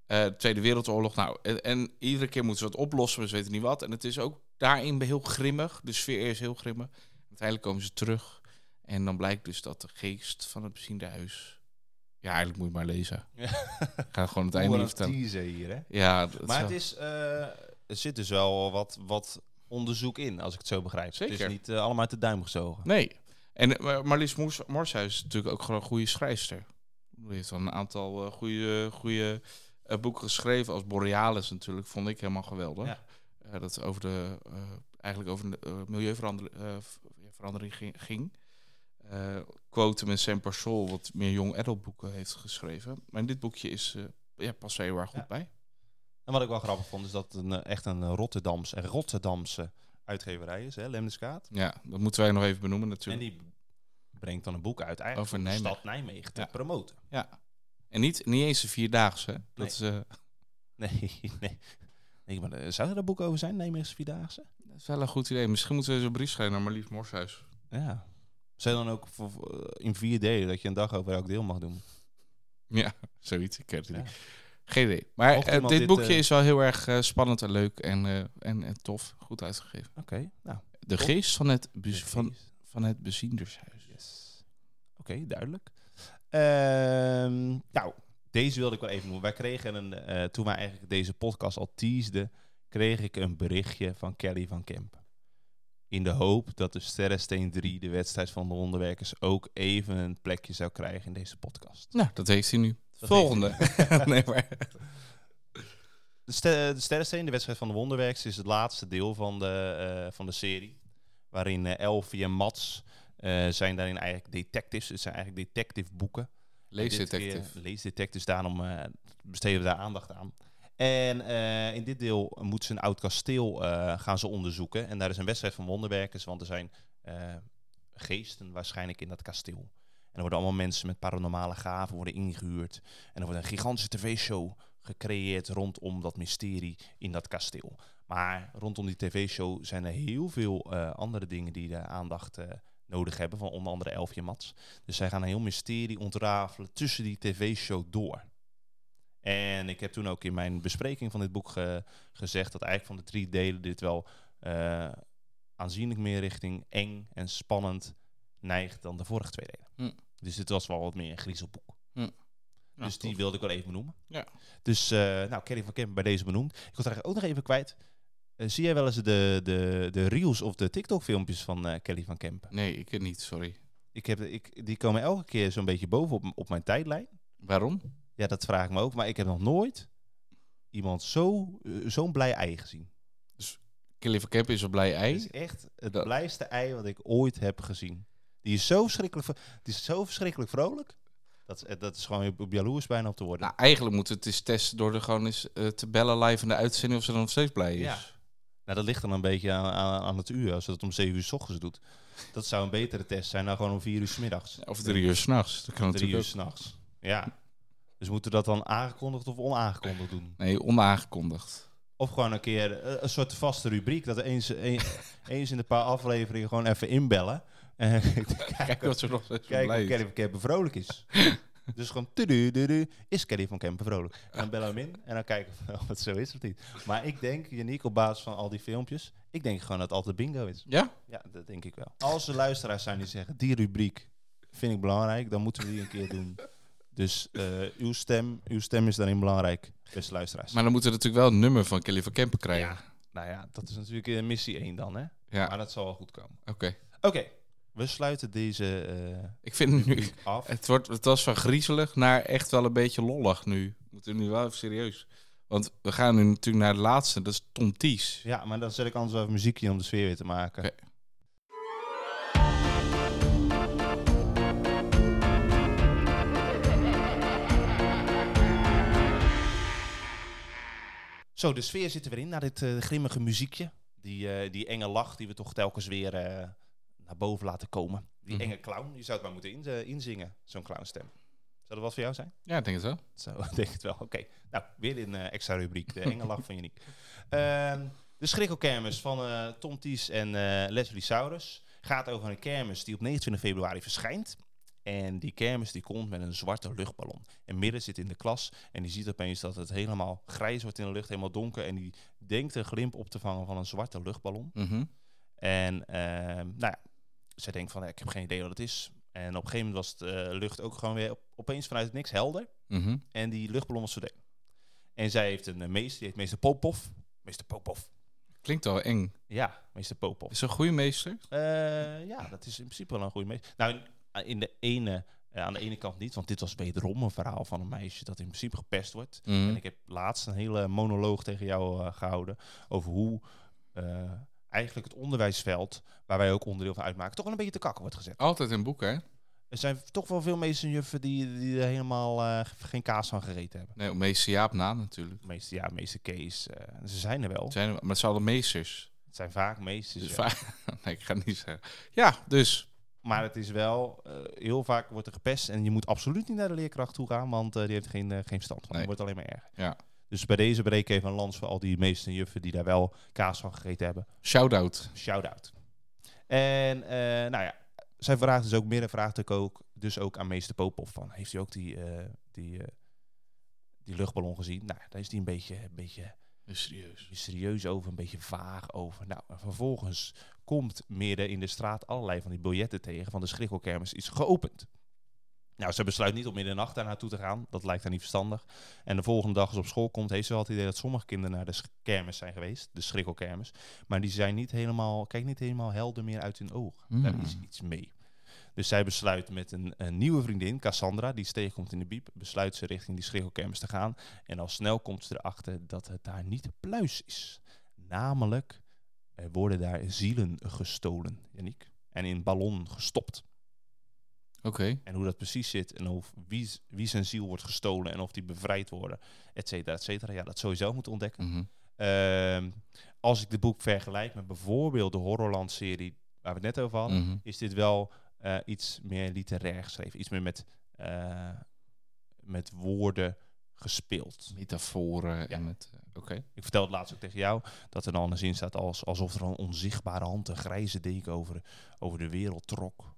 Speaker 2: Eh, Tweede Wereldoorlog, nou. En, en iedere keer moeten ze wat oplossen, maar ze weten niet wat. En het is ook daarin heel grimmig. De sfeer is heel grimmig. Uiteindelijk komen ze terug. En dan blijkt dus dat de geest van het beziende huis... Ja, eigenlijk moet je maar lezen. Ik ga gewoon het einde niet
Speaker 1: Wat
Speaker 2: vertellen.
Speaker 1: een teaser hier, hè?
Speaker 2: Ja, dat
Speaker 1: Maar
Speaker 2: is-
Speaker 1: het is, eh, er zit dus wel wat, wat onderzoek in, als ik het zo begrijp. Het
Speaker 2: Zeker.
Speaker 1: is niet eh, allemaal uit de duim gezogen.
Speaker 2: Nee. En eh, maar Marlies Moers- Morshuis is natuurlijk ook gewoon een goede schrijfster. Die heeft wel een aantal eh, goede, goede eh, boeken geschreven. Als Borealis natuurlijk, vond ik helemaal geweldig.
Speaker 1: Ja.
Speaker 2: Eh, dat over de, eh, eigenlijk over de eh, milieuverandering eh, v- verandering ging. ging. Eh, Quotum en Semper Sol, wat meer jong adult boeken heeft geschreven. Maar in dit boekje is, eh ja, past er heel erg goed
Speaker 1: Ja.
Speaker 2: bij.
Speaker 1: En wat ik wel grappig vond, is dat het een, eh, echt een Rotterdamse, een Rotterdamse uitgeverij is, hè, Lemniskaat.
Speaker 2: Ja, dat moeten wij nog even benoemen
Speaker 1: En
Speaker 2: natuurlijk.
Speaker 1: die brengt dan een boek uit, eigenlijk
Speaker 2: Over
Speaker 1: om de
Speaker 2: Oh, Nijmegen.
Speaker 1: stad Nijmegen te
Speaker 2: Ja.
Speaker 1: promoten.
Speaker 2: Ja. En niet, niet eens een vierdaagse. hè. Dat
Speaker 1: Nee.
Speaker 2: is, eh,
Speaker 1: Nee, nee. nee maar, eh, zou er een boek over zijn, Nijmeegse Vierdaagse?
Speaker 2: Dat is wel een goed idee. Misschien moeten we zo'n brief schrijven naar Marlies Morshuis.
Speaker 1: Ja. Zijn dan ook voor- voor- eh, in vier delen dat je een dag over elk deel mag doen?
Speaker 2: Ja, zoiets. Ik weet het
Speaker 1: Ja.
Speaker 2: niet. Geen idee. Maar
Speaker 1: Mocht
Speaker 2: eh, dit,
Speaker 1: iemand dit,
Speaker 2: boekje
Speaker 1: eh,
Speaker 2: is wel heel erg eh, spannend en leuk en, eh, en, en tof. Goed uitgegeven.
Speaker 1: Oké, nou. dus
Speaker 2: De
Speaker 1: Tof.
Speaker 2: geest van het, bez-
Speaker 1: precies.
Speaker 2: Dus van, van het beziendershuis.
Speaker 1: Yes. Oké, duidelijk. Ehm, nou, deze wilde ik wel even noemen. Wij kregen een, eh, toen wij eigenlijk deze podcast al teasden, kreeg ik een berichtje van Kelly van Kemp. In de hoop dat de Sterrensteen 3, de wedstrijd van de wonderwerkers, ook even een plekje zou krijgen in deze podcast.
Speaker 2: Nou, dat heeft hij nu.
Speaker 1: Dat
Speaker 2: Volgende.
Speaker 1: heeft hij.
Speaker 2: nee, maar...
Speaker 1: De, Ste- de Sterrensteen, de wedstrijd van de Wonderwerks, is het laatste deel van de, eh, van de serie. Waarin eh, Elfie en Mats eh, zijn daarin eigenlijk detectives. Het zijn eigenlijk detective boeken.
Speaker 2: Leesdetective.
Speaker 1: Dit keer eh, Leesdetective, daarom eh, besteden we daar aandacht aan. En eh, in dit deel moeten ze een oud kasteel eh, gaan ze onderzoeken. En daar is een wedstrijd van wonderwerkers, want er zijn eh, geesten waarschijnlijk in dat kasteel. En er worden allemaal mensen met paranormale gaven worden ingehuurd. En er wordt een gigantische tv-show gecreëerd rondom dat mysterie in dat kasteel. Maar rondom die tv-show zijn er heel veel eh, andere dingen die de aandacht eh, nodig hebben. Van onder andere Elfje Mats. Dus zij gaan een heel mysterie ontrafelen tussen die tv-show door. En ik heb toen ook in mijn bespreking van dit boek ge- gezegd dat eigenlijk van de drie delen dit wel eh, aanzienlijk meer richting eng en spannend neigt dan de vorige twee delen.
Speaker 2: Hm.
Speaker 1: Dus dit was wel wat meer een griezelboek.
Speaker 2: Nou,
Speaker 1: dus die
Speaker 2: tof.
Speaker 1: wilde ik wel even benoemen.
Speaker 2: Ja.
Speaker 1: Dus eh, nou, Kelly van Kempen bij deze benoemd. Ik was eigenlijk ook nog even kwijt. Eh, zie jij wel eens de, de, de reels of de TikTok-filmpjes van eh, Kelly van Kempen?
Speaker 2: Nee, ik het niet, sorry.
Speaker 1: Ik heb, ik, die komen elke keer zo'n beetje boven op, m- op mijn tijdlijn.
Speaker 2: Waarom?
Speaker 1: Ja, dat vraag ik me ook. Maar ik heb nog nooit iemand zo, eh, zo'n blij ei gezien.
Speaker 2: Kelly van Kempen is een blij
Speaker 1: Het
Speaker 2: ei.
Speaker 1: is echt het
Speaker 2: Dat-
Speaker 1: blijste ei wat ik ooit heb gezien. Die is zo verschrikkelijk, vro- die is zo verschrikkelijk vrolijk. Dat, is- eh, dat is gewoon op jaloers bijna op te worden.
Speaker 2: Nou, eigenlijk moeten we het eens testen door er gewoon eens eh, te bellen live in de uitzending of ze dan nog steeds blij is.
Speaker 1: Ja. Nou, dat ligt dan een beetje aan, aan, aan het uur. Als ze dat om 7 uur s ochtends doet. Dat zou een betere test zijn dan gewoon om 4 uur s middags.
Speaker 2: Of drie uur s'nachts. Dat
Speaker 1: Drie
Speaker 2: kan natuurlijk
Speaker 1: uur
Speaker 2: ook.
Speaker 1: s'nachts. Ja. Dus moeten we dat dan aangekondigd of onaangekondigd doen?
Speaker 2: Nee, onaangekondigd.
Speaker 1: Of gewoon een keer eh, een soort vaste rubriek. Dat eens, eh, een- eens in een paar afleveringen gewoon even inbellen. En
Speaker 2: Kijk
Speaker 1: kijken
Speaker 2: wat ze nog steeds
Speaker 1: kijken
Speaker 2: blij
Speaker 1: of
Speaker 2: is.
Speaker 1: Kelly van Kempen vrolijk is. dus gewoon tudu, tudu, is Kelly van Kempen vrolijk. En dan bellen we hem in en dan kijken we of het zo is of niet. Maar ik denk, Janiek, op basis van al die filmpjes... Ik denk gewoon dat het altijd bingo is.
Speaker 2: Ja?
Speaker 1: Ja, dat denk ik wel. Als er luisteraars zijn die zeggen, die rubriek vind ik belangrijk, dan moeten we die een keer doen. Dus eh, uw, stem, uw stem is daarin belangrijk, beste luisteraars.
Speaker 2: Maar dan moeten we natuurlijk wel een nummer van Kelly van Kempen krijgen.
Speaker 1: ja, nou ja, dat is natuurlijk eh, missie 1 dan, hè?
Speaker 2: Ja,
Speaker 1: Maar dat zal wel goed komen.
Speaker 2: oké.
Speaker 1: Oké, we sluiten deze eh,
Speaker 2: Ik vind het nu...
Speaker 1: rubriek af.
Speaker 2: Het, wordt, het was van griezelig naar echt wel een beetje lollig nu. Moeten we nu wel even serieus. Want we gaan nu natuurlijk naar de laatste. Dat is Tom Ties.
Speaker 1: Ja, maar dan zet ik anders wel even muziekje om de sfeer weer te maken.
Speaker 2: Oké.
Speaker 1: Zo, de sfeer zit er weer in na dit eh, grimmige muziekje. Die, eh, die enge lach die we toch telkens weer eh, naar boven laten komen. Die
Speaker 2: Mhm.
Speaker 1: enge clown, je zou het maar moeten in- eh, inzingen, zo'n clownstem. Zou dat wat voor jou zijn?
Speaker 2: Ja, ik denk het wel.
Speaker 1: Zo, ik denk het wel. Oké, nou, weer een eh, extra rubriek. De enge lach van Janiek. Ehm, de schrikkelkermis van eh, Tom Ties en eh, Leslie Saurus gaat over een kermis die op 29 februari verschijnt. En die kermis die komt met een zwarte luchtballon. En midden zit in de klas en die ziet opeens dat het helemaal grijs wordt in de lucht, helemaal donker. En die denkt een glimp op te vangen van een zwarte luchtballon.
Speaker 2: Mhm.
Speaker 1: En ehm, nou ja, zij denkt van, eh, ik heb geen idee wat het is. En op een gegeven moment was de eh, lucht ook gewoon weer op- opeens vanuit het niks helder.
Speaker 2: Mhm.
Speaker 1: En die luchtballon was verdwenen. En zij heeft een eh, meester, die heet meester Popov. Meester Popov.
Speaker 2: Klinkt al eng.
Speaker 1: Ja, meester Popov.
Speaker 2: Is een goede meester?
Speaker 1: Eh, ja, dat is in principe wel een goede meester. Nou, in, in de ene, eh, aan de ene kant niet, want dit was wederom een verhaal van een meisje dat in principe gepest wordt.
Speaker 2: Mhm.
Speaker 1: En ik heb laatst een hele monoloog tegen jou eh, gehouden over hoe eh, eigenlijk het onderwijsveld, waar wij ook onderdeel van uitmaken, toch wel een beetje te kakken wordt gezet.
Speaker 2: Altijd in boeken, hè?
Speaker 1: Er zijn toch wel veel meesters en juffen die, die er helemaal eh, geen kaas van gegeten hebben.
Speaker 2: Nee, meester Jaap na natuurlijk.
Speaker 1: Meester, ja, meester Kees, eh, ze zijn er wel.
Speaker 2: Het Zijn, er- maar het zijn alle meesters.
Speaker 1: Het zijn vaak meesters.
Speaker 2: Dus
Speaker 1: ja.
Speaker 2: vaak- nee, ik ga het niet zeggen. Ja, dus.
Speaker 1: Maar het is wel, eh, heel vaak wordt er gepest. En je moet absoluut niet naar de leerkracht toe gaan, want eh, die heeft er geen, eh, geen stand van.
Speaker 2: Nee.
Speaker 1: Het wordt alleen maar erger.
Speaker 2: Ja.
Speaker 1: Dus bij deze breek even een lans voor al die meesten en juffen die daar wel kaas van gegeten hebben.
Speaker 2: Shout-out.
Speaker 1: Shout-out. En eh, nou ja, zij vraagt dus ook meer en vraagt ook, ook, dus ook aan meester Popov van, heeft hij ook die, eh, die, eh, die luchtballon gezien? Nou, daar is hij een beetje, een beetje
Speaker 2: Serieus.
Speaker 1: mysterieus over, een beetje vaag over. Nou, en vervolgens komt midden in de straat allerlei van die biljetten tegen van de schrikkelkermis is geopend. Nou, ze besluit niet om middernacht daar naartoe te gaan. Dat lijkt haar niet verstandig. En de volgende dag als ze op school komt, heeft ze wel het idee dat sommige kinderen naar de sch- kermis zijn geweest. De schrikkelkermis. Maar die zijn niet helemaal, kijk niet helemaal helder meer uit hun ogen.
Speaker 2: Mhm. Hmm.
Speaker 1: Daar is iets mee. Dus zij besluit met een, een nieuwe vriendin, Cassandra, die ze tegenkomt in de biep, besluit ze richting die schreeuwkermis te gaan. En al snel komt ze erachter dat het daar niet pluis is. Namelijk, er worden daar zielen gestolen, Yannick. En in ballon gestopt.
Speaker 2: Oké.
Speaker 1: En hoe dat precies zit en of wie, z- wie zijn ziel wordt gestolen en of die bevrijd worden, et cetera, et cetera. Ja, dat sowieso moeten ontdekken.
Speaker 2: Mhm.
Speaker 1: Ehm, als ik de boek vergelijk met bijvoorbeeld de Horrorland-serie waar we het net over hadden,
Speaker 2: Mhm.
Speaker 1: is dit wel eh, iets meer literair geschreven. Iets meer met, eh, met woorden gespeeld.
Speaker 2: Metaforen
Speaker 1: Ja.
Speaker 2: en met... eh, Oké.
Speaker 1: Ik vertelde laatst ook tegen jou dat er dan een zin staat als, alsof er een onzichtbare hand, een grijze deken over, over de wereld trok.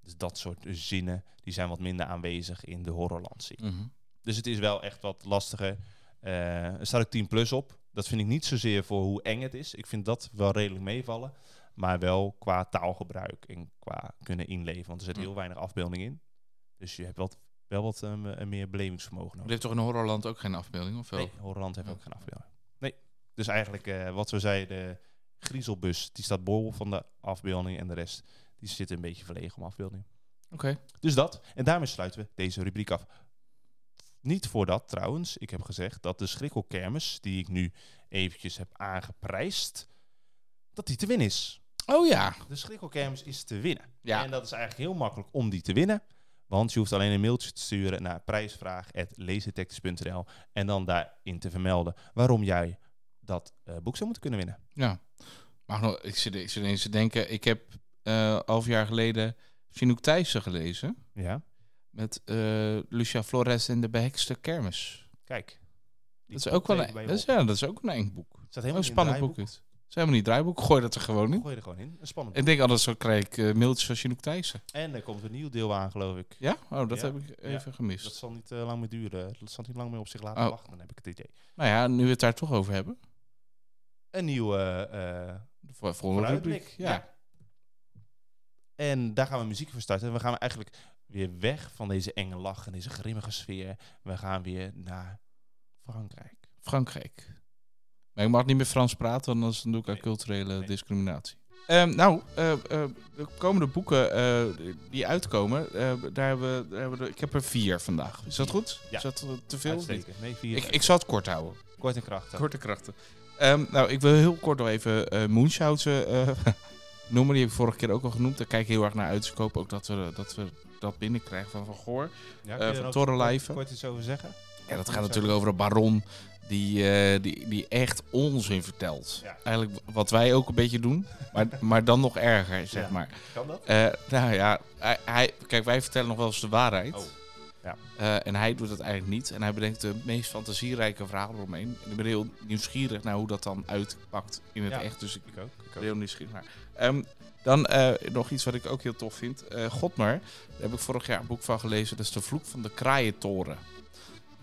Speaker 1: Dus dat soort zinnen die zijn wat minder aanwezig in de horrorlandserie.
Speaker 2: Mhm.
Speaker 1: Dus het is wel echt wat lastiger. Eh, er staat ook 10 plus op. Dat vind ik niet zozeer voor hoe eng het is. Ik vind dat wel redelijk meevallen. Maar wel qua taalgebruik en qua kunnen inleven. Want er zit
Speaker 2: Hm.
Speaker 1: heel weinig afbeelding in. Dus je hebt wat, wel wat ehm, eh, meer belevingsvermogen
Speaker 2: Er
Speaker 1: nodig.
Speaker 2: heeft toch in Horrorland ook geen afbeelding, of wel?
Speaker 1: Nee, Holland heeft
Speaker 2: Ja.
Speaker 1: ook geen afbeelding. Nee. Dus eigenlijk eh, wat we zeiden, de griezelbus, die staat bol van de afbeelding. En de rest, die zit een beetje verlegen om afbeelding.
Speaker 2: Oké.
Speaker 1: Dus dat. En daarmee sluiten we deze rubriek af. Niet voordat trouwens, ik heb gezegd dat de schrikkelkermis, die ik nu eventjes heb aangeprijsd, dat die te winnen is.
Speaker 2: Oh ja.
Speaker 1: De schrikkelkermis is te winnen.
Speaker 2: Ja.
Speaker 1: En dat is eigenlijk heel makkelijk om die te winnen. Want je hoeft alleen een mailtje te sturen naar prijsvraag.leesdetectives.nl en dan daarin te vermelden waarom jij dat eh, boek zou moeten kunnen winnen.
Speaker 2: Ja. Maar nog, ik zit, ik zit ineens te denken, ik heb eh half jaar geleden Chinook Thijssen gelezen.
Speaker 1: Ja,
Speaker 2: Met eh, Lucia Flores en de behekste kermis.
Speaker 1: kijk. Die
Speaker 2: Dat is, ook wel
Speaker 1: komt even bij
Speaker 2: een,
Speaker 1: je
Speaker 2: dat, is,
Speaker 1: op.
Speaker 2: ja, dat is ook een eng boek.
Speaker 1: Staat
Speaker 2: Een
Speaker 1: helemaal niet in het
Speaker 2: spannend boek is.
Speaker 1: draaiboek.
Speaker 2: Het is helemaal niet draaiboek. Gooi dat er gewoon in.
Speaker 1: Gooi je er gewoon in. Een spannend
Speaker 2: Ik denk anders dan krijg ik eh, mailtjes van Chinook Thijssen.
Speaker 1: En er komt een nieuw deel aan, geloof ik.
Speaker 2: Ja? Oh, dat
Speaker 1: Ja.
Speaker 2: heb ik even gemist.
Speaker 1: Dat zal niet eh, lang meer duren. Dat zal niet lang meer op zich laten
Speaker 2: Oh.
Speaker 1: wachten, dan heb ik het idee.
Speaker 2: Nou ja, nu we het daar toch over hebben.
Speaker 1: Een nieuwe eh, eh,
Speaker 2: De vo- volgende rubriek.
Speaker 1: vooruitblik.
Speaker 2: Ja.
Speaker 1: En daar gaan we muziek voor starten. En we gaan eigenlijk weer weg van deze enge lach en deze grimmige sfeer. We gaan weer naar Frankrijk.
Speaker 2: Frankrijk. Maar ik mag niet meer Frans praten, want anders dan doe ik aan
Speaker 1: Nee.
Speaker 2: culturele
Speaker 1: Nee.
Speaker 2: discriminatie. Ehm, nou, eh, eh, de komende boeken eh, die uitkomen, eh, daar hebben, we- daar hebben we, de- ik heb er vier vandaag. Is dat goed?
Speaker 1: Ja.
Speaker 2: Is dat eh, te veel? of niet?
Speaker 1: Uitstekend. Nee, vier.
Speaker 2: Ik, ik zal het kort houden.
Speaker 1: Kort en krachtig.
Speaker 2: Korte krachten. Ehm, nou, ik wil heel kort nog even eh Moonshouten eh, noemen. Die heb ik vorige keer ook al genoemd. Daar kijk ik heel erg naar uit. Dus ik hoop ook dat we dat, we dat binnenkrijgen van Van Goor.
Speaker 1: Ja, kun je
Speaker 2: eh,
Speaker 1: daar
Speaker 2: van
Speaker 1: ook
Speaker 2: Torre
Speaker 1: kort-
Speaker 2: Lijven.
Speaker 1: Kort iets over zeggen?
Speaker 2: Ja, dat gaat natuurlijk over een baron die, eh, die, die echt onzin vertelt.
Speaker 1: Ja.
Speaker 2: Eigenlijk wat wij ook een beetje doen, maar, maar dan nog erger, zeg
Speaker 1: Ja.
Speaker 2: maar.
Speaker 1: Kan dat?
Speaker 2: Eh, nou ja, hij, hij- kijk, wij vertellen nog wel eens de waarheid.
Speaker 1: Oh, ja.
Speaker 2: Eh, en hij doet dat eigenlijk niet. En hij bedenkt de meest fantasierijke verhalen eromheen. En ik ben heel nieuwsgierig naar hoe dat dan uitpakt in het
Speaker 1: Ja.
Speaker 2: echt. Dus ik
Speaker 1: Ik ook. Ik
Speaker 2: ben
Speaker 1: ook.
Speaker 2: heel nieuwsgierig naar. Ehm, dan eh, nog iets wat ik ook heel tof vind. Eh Godmer, daar heb ik vorig jaar een boek van gelezen. Dat is De Vloek van de Kraaientoren.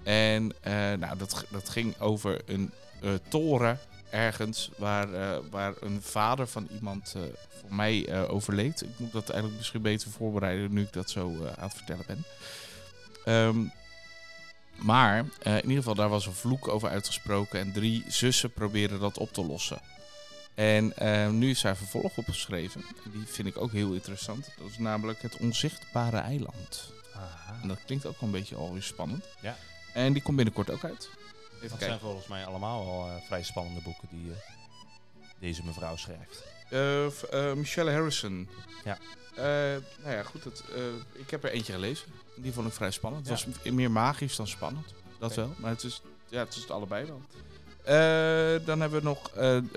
Speaker 2: En eh, nou, dat, g- dat ging over een eh, toren ergens waar, eh, waar een vader van iemand eh, voor mij eh, overleed. Ik moet dat eigenlijk misschien beter voorbereiden nu ik dat zo eh, aan het vertellen ben. Ehm, maar eh, in ieder geval, daar was een vloek over uitgesproken en drie zussen probeerden dat op te lossen. En eh, nu is daar vervolg op geschreven. En Die vind ik ook heel interessant. Dat is namelijk het onzichtbare eiland.
Speaker 1: Aha.
Speaker 2: En dat klinkt ook een beetje alweer spannend.
Speaker 1: Ja.
Speaker 2: En die komt binnenkort ook uit. Even
Speaker 1: Dat
Speaker 2: kijken.
Speaker 1: zijn volgens mij allemaal al eh, vrij spannende boeken die eh, deze mevrouw schrijft.
Speaker 2: Eh, v- eh, Michelle Harrison.
Speaker 1: Ja.
Speaker 2: Eh, nou ja, goed. Dat, eh, ik heb er eentje gelezen. Die vond ik vrij spannend. Het
Speaker 1: Ja.
Speaker 2: was m- meer magisch dan spannend. Dat
Speaker 1: Oké.
Speaker 2: wel. Maar het is, ja, het is het allebei wel. Eh, dan hebben we, nog, eh, een,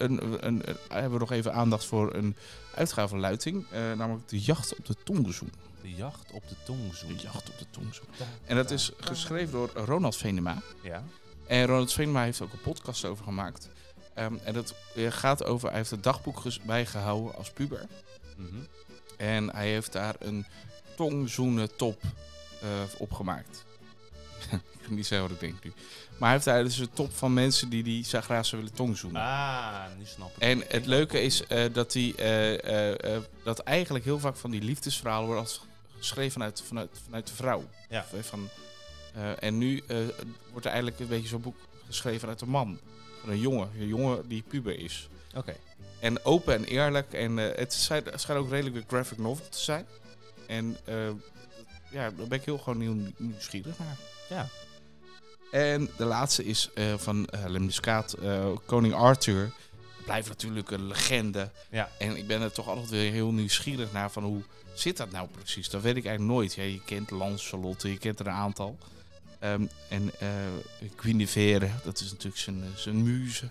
Speaker 2: een, een- hebben we nog even aandacht voor een uitgave van Luiting. eh, namelijk De Jacht op de Tongzoen.
Speaker 1: De jacht op de
Speaker 2: De
Speaker 1: tongzoen.
Speaker 2: Jacht op de Tongzoen. En dat is geschreven door Ronald Venema.
Speaker 1: Ja.
Speaker 2: En Ronald Venema heeft ook een podcast over gemaakt. Ehm, en dat eh, gaat over, hij heeft het dagboek ges- bijgehouden als puber.
Speaker 1: Mhm.
Speaker 2: En hij heeft daar een tongzoenen top eh, op gemaakt. ik kan niet zeggen wat ik denk nu. Maar hij heeft daar dus een top van mensen die die Sagra's willen tongzoenen.
Speaker 1: Ah, nu snap ik.
Speaker 2: En het leuke is eh, dat, die, eh, eh, eh, dat eigenlijk heel vaak van die liefdesverhalen worden als geschreven vanuit, vanuit, vanuit de vrouw.
Speaker 1: Ja.
Speaker 2: Of, eh, Van, eh, en nu eh, wordt er eigenlijk een beetje zo'n boek geschreven uit een man. Van een jongen, een jongen die puber is.
Speaker 1: Oké.
Speaker 2: En open en eerlijk. En eh, het schijnt, het schijnt ook redelijk een graphic novel te zijn. En eh, ja, daar ben ik heel gewoon heel nieuwsgierig naar.
Speaker 1: Ja.
Speaker 2: En de laatste is eh, van eh Lemniscaat, eh, Koning Arthur. Blijft natuurlijk een legende.
Speaker 1: Ja.
Speaker 2: En ik ben er toch altijd weer heel nieuwsgierig naar van hoe zit dat nou precies? Dat weet ik eigenlijk nooit. Ja, je kent Lancelotte, je kent er een aantal. Ehm, en eh Guinevere, dat is natuurlijk zijn, eh, zijn muze.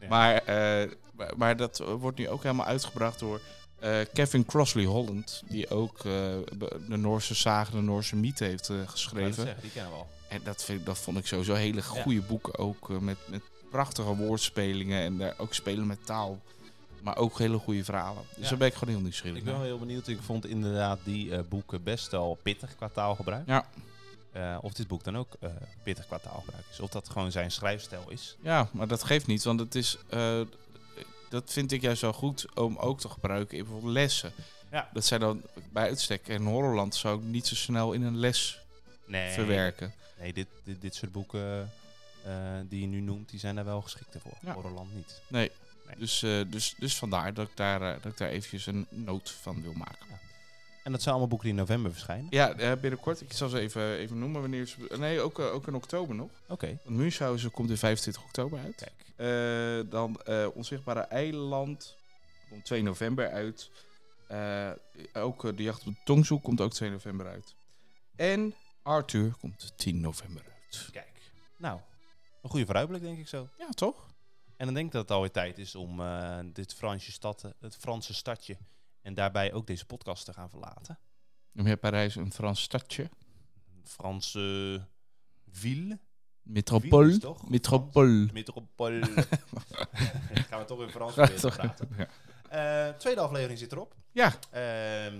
Speaker 1: Ja.
Speaker 2: Maar, eh, maar, maar dat eh, wordt nu ook helemaal uitgebracht door eh, Kevin Crossley Holland. Die ook eh, be- de Noorse zagen, de Noorse mythe heeft eh,
Speaker 1: Wou
Speaker 2: geschreven.
Speaker 1: net zeggen, Die kennen we al.
Speaker 2: En dat, vind, ik- dat vond ik sowieso hele goede boeken. Ook eh, met, met prachtige woordspelingen en daar ook spelen met taal. Maar ook hele goede verhalen. Dus
Speaker 1: Ja.
Speaker 2: daar ben ik gewoon heel nieuwsgierig
Speaker 1: Ik ben wel
Speaker 2: naar.
Speaker 1: heel benieuwd. Ik vond inderdaad die eh, boeken best wel pittig qua taalgebruik.
Speaker 2: Ja.
Speaker 1: Eh, of dit boek dan ook eh, pittig qua taalgebruik is. Of dat gewoon zijn schrijfstijl is.
Speaker 2: Ja, maar dat geeft niet, want het is... eh, dat vind ik juist wel goed om ook te gebruiken in bijvoorbeeld lessen.
Speaker 1: Ja.
Speaker 2: Dat zijn dan bij uitstek. En Horrorland zou ik niet zo snel in een les
Speaker 1: Nee,
Speaker 2: verwerken.
Speaker 1: nee dit, dit, dit soort boeken eh, die je nu noemt, die zijn daar wel geschikt voor.
Speaker 2: Ja.
Speaker 1: Orland niet.
Speaker 2: Dus, eh, dus, dus vandaar dat ik, daar, eh, dat ik daar eventjes een noot van wil maken.
Speaker 1: En dat zijn allemaal boeken die in november verschijnen.
Speaker 2: Ja, eh, binnenkort. Ik zal ze even, even noemen wanneer ze... Nee, ook, eh, ook in oktober nog.
Speaker 1: Oké,
Speaker 2: Want Münchhausen komt in 25 oktober uit.
Speaker 1: kijk.
Speaker 2: Eh, dan eh, Onzichtbare Eiland komt 2 november uit. Eh, ook eh, De Jacht op de Tongzoek komt ook 2 november uit. En Arthur komt 10 november uit.
Speaker 1: Kijk. Nou, een goede vooruitblik denk ik zo.
Speaker 2: Ja, toch?
Speaker 1: En dan denk ik dat het alweer tijd is om eh, dit Franse, stad, het Franse stadje en daarbij ook deze podcast te gaan verlaten.
Speaker 2: Dan heb Parijs een Frans stadje.
Speaker 1: Franse ville. Ville is
Speaker 2: Metropool.
Speaker 1: toch?
Speaker 2: Metropool.
Speaker 1: Metropool. gaan we toch in Frans proberen te praten.
Speaker 2: Ja.
Speaker 1: Eh, tweede aflevering zit erop.
Speaker 2: Ja.
Speaker 1: Ehm,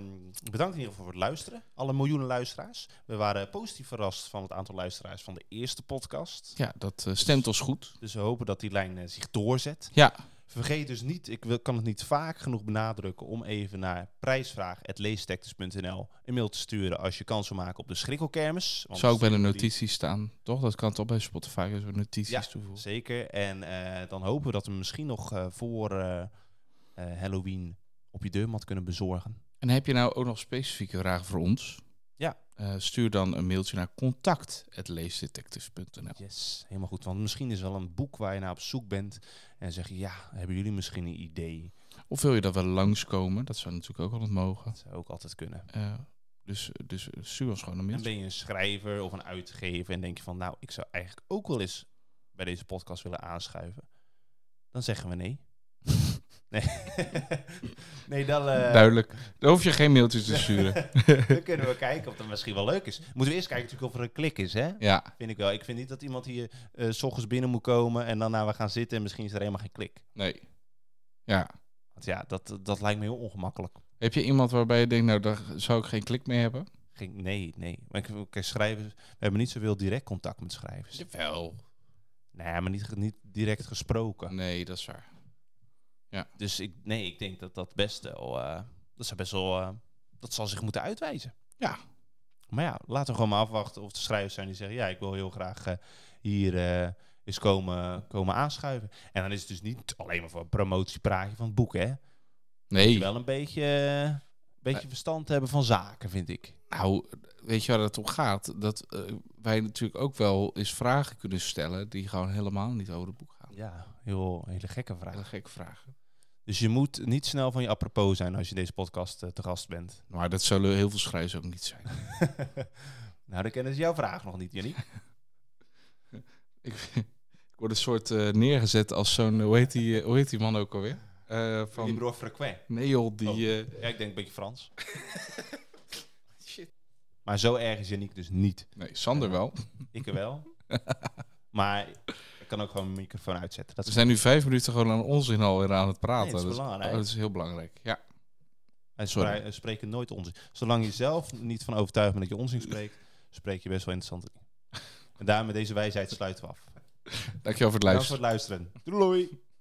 Speaker 1: bedankt in ieder geval voor het luisteren. Alle miljoenen luisteraars. We waren positief verrast van het aantal luisteraars van de eerste podcast.
Speaker 2: ja, dat eh, stemt ons goed.
Speaker 1: Dus we hopen dat die lijn eh, zich doorzet.
Speaker 2: Ja.
Speaker 1: Vergeet dus niet, ik wil- kan het niet vaak genoeg benadrukken om even naar prijsvraag.leestectus.nl een mail te sturen als je kans wil maken op de schrikkelkermis. Want
Speaker 2: Zou ook bij de
Speaker 1: die-
Speaker 2: notities staan, toch? Dat kan toch bij Spotify, dus notities
Speaker 1: Ja,
Speaker 2: toevoegen.
Speaker 1: Zeker. En eh, dan hopen we dat we hem misschien nog eh, voor eh, eh, Halloween op je deurmat kunnen bezorgen.
Speaker 2: En heb je nou ook nog specifieke vragen voor ons?
Speaker 1: Ja.
Speaker 2: Eh, stuur dan een mailtje naar contact.leesdetectives.nl.
Speaker 1: Yes, helemaal goed. Want misschien is wel een boek waar je naar op zoek bent. En zeg je, ja, hebben jullie misschien een idee?
Speaker 2: Of wil je dat we langskomen? Dat zou natuurlijk ook altijd mogen.
Speaker 1: Dat zou ook altijd kunnen.
Speaker 2: Eh, dus, dus stuur ons gewoon een
Speaker 1: En
Speaker 2: mailtje.
Speaker 1: ben je een schrijver of een uitgever en denk je van, nou, ik zou eigenlijk ook wel eens bij deze podcast willen aanschuiven. Dan zeggen we nee. nee. nee, dan... eh,
Speaker 2: Duidelijk. Dan hoef je geen mailtjes te sturen.
Speaker 1: dan kunnen we kijken of dat misschien wel leuk is. Moeten we eerst kijken natuurlijk of er een klik is, hè?
Speaker 2: ja,
Speaker 1: Vind ik wel. Ik vind niet dat iemand hier eh, s ochtends binnen moet komen en dan naar we gaan zitten en misschien is er helemaal geen klik.
Speaker 2: nee. Ja.
Speaker 1: Want ja, dat, dat lijkt me heel ongemakkelijk.
Speaker 2: Heb je iemand waarbij je denkt, nou, daar zou ik geen klik mee hebben?
Speaker 1: Ging, nee, nee. Maar ik, kijk, schrijvers, we hebben niet zoveel direct contact met schrijvers.
Speaker 2: Jawel.
Speaker 1: Nee, maar niet, niet direct gesproken.
Speaker 2: Nee, dat is waar.
Speaker 1: Dus ik, nee, ik denk dat dat best wel, eh, dat zou best wel, eh, dat zal zich moeten uitwijzen.
Speaker 2: Ja.
Speaker 1: Maar ja, laten we gewoon maar afwachten of de schrijvers zijn die zeggen, ja, ik wil heel graag eh, hier eh, eens komen, komen aanschuiven. En dan is het dus niet alleen maar voor een promotiepraatje van het boek, hè?
Speaker 2: Nee.
Speaker 1: wel een beetje, eh, een beetje verstand hebben van zaken, vind ik.
Speaker 2: Nou, weet je waar het om gaat? Dat eh, wij natuurlijk ook wel eens vragen kunnen stellen die gewoon helemaal niet over het boek gaan.
Speaker 1: Ja, heel, hele gekke
Speaker 2: Hele
Speaker 1: vraag.
Speaker 2: gekke vragen.
Speaker 1: Dus je moet niet snel van je apropos zijn als je deze podcast eh, te gast bent.
Speaker 2: Maar dat zullen heel veel schrijvers ook niet zijn.
Speaker 1: nou, dan kennen ze jouw vraag nog niet, Jannie.
Speaker 2: ik, ik word een soort eh, neergezet als zo'n, hoe heet die, eh, hoe heet die man ook alweer? Eh,
Speaker 1: Van
Speaker 2: van,
Speaker 1: broer Frequent.
Speaker 2: nee joh, die...
Speaker 1: Oh.
Speaker 2: eh,
Speaker 1: Ja, ik denk een beetje Frans. Maar zo erg is Janiek dus niet.
Speaker 2: nee, Sander wel.
Speaker 1: Ik wel. maar ik kan ook gewoon mijn microfoon uitzetten. Dat
Speaker 2: We
Speaker 1: is,
Speaker 2: zijn nu vijf minuten gewoon aan onzin alweer aan het praten.
Speaker 1: Nee, dat is belangrijk.
Speaker 2: oh, dat is heel belangrijk, ja.
Speaker 1: wij
Speaker 2: sorry.
Speaker 1: sprij- eh, spreken nooit onzin. Zolang je zelf niet van overtuigd bent dat je onzin spreekt, spreek je best wel interessante dingen. En daar met deze wijsheid sluiten we af.
Speaker 2: Dankjewel voor het
Speaker 1: Bedankt
Speaker 2: luisteren.
Speaker 1: voor het luisteren. Doei!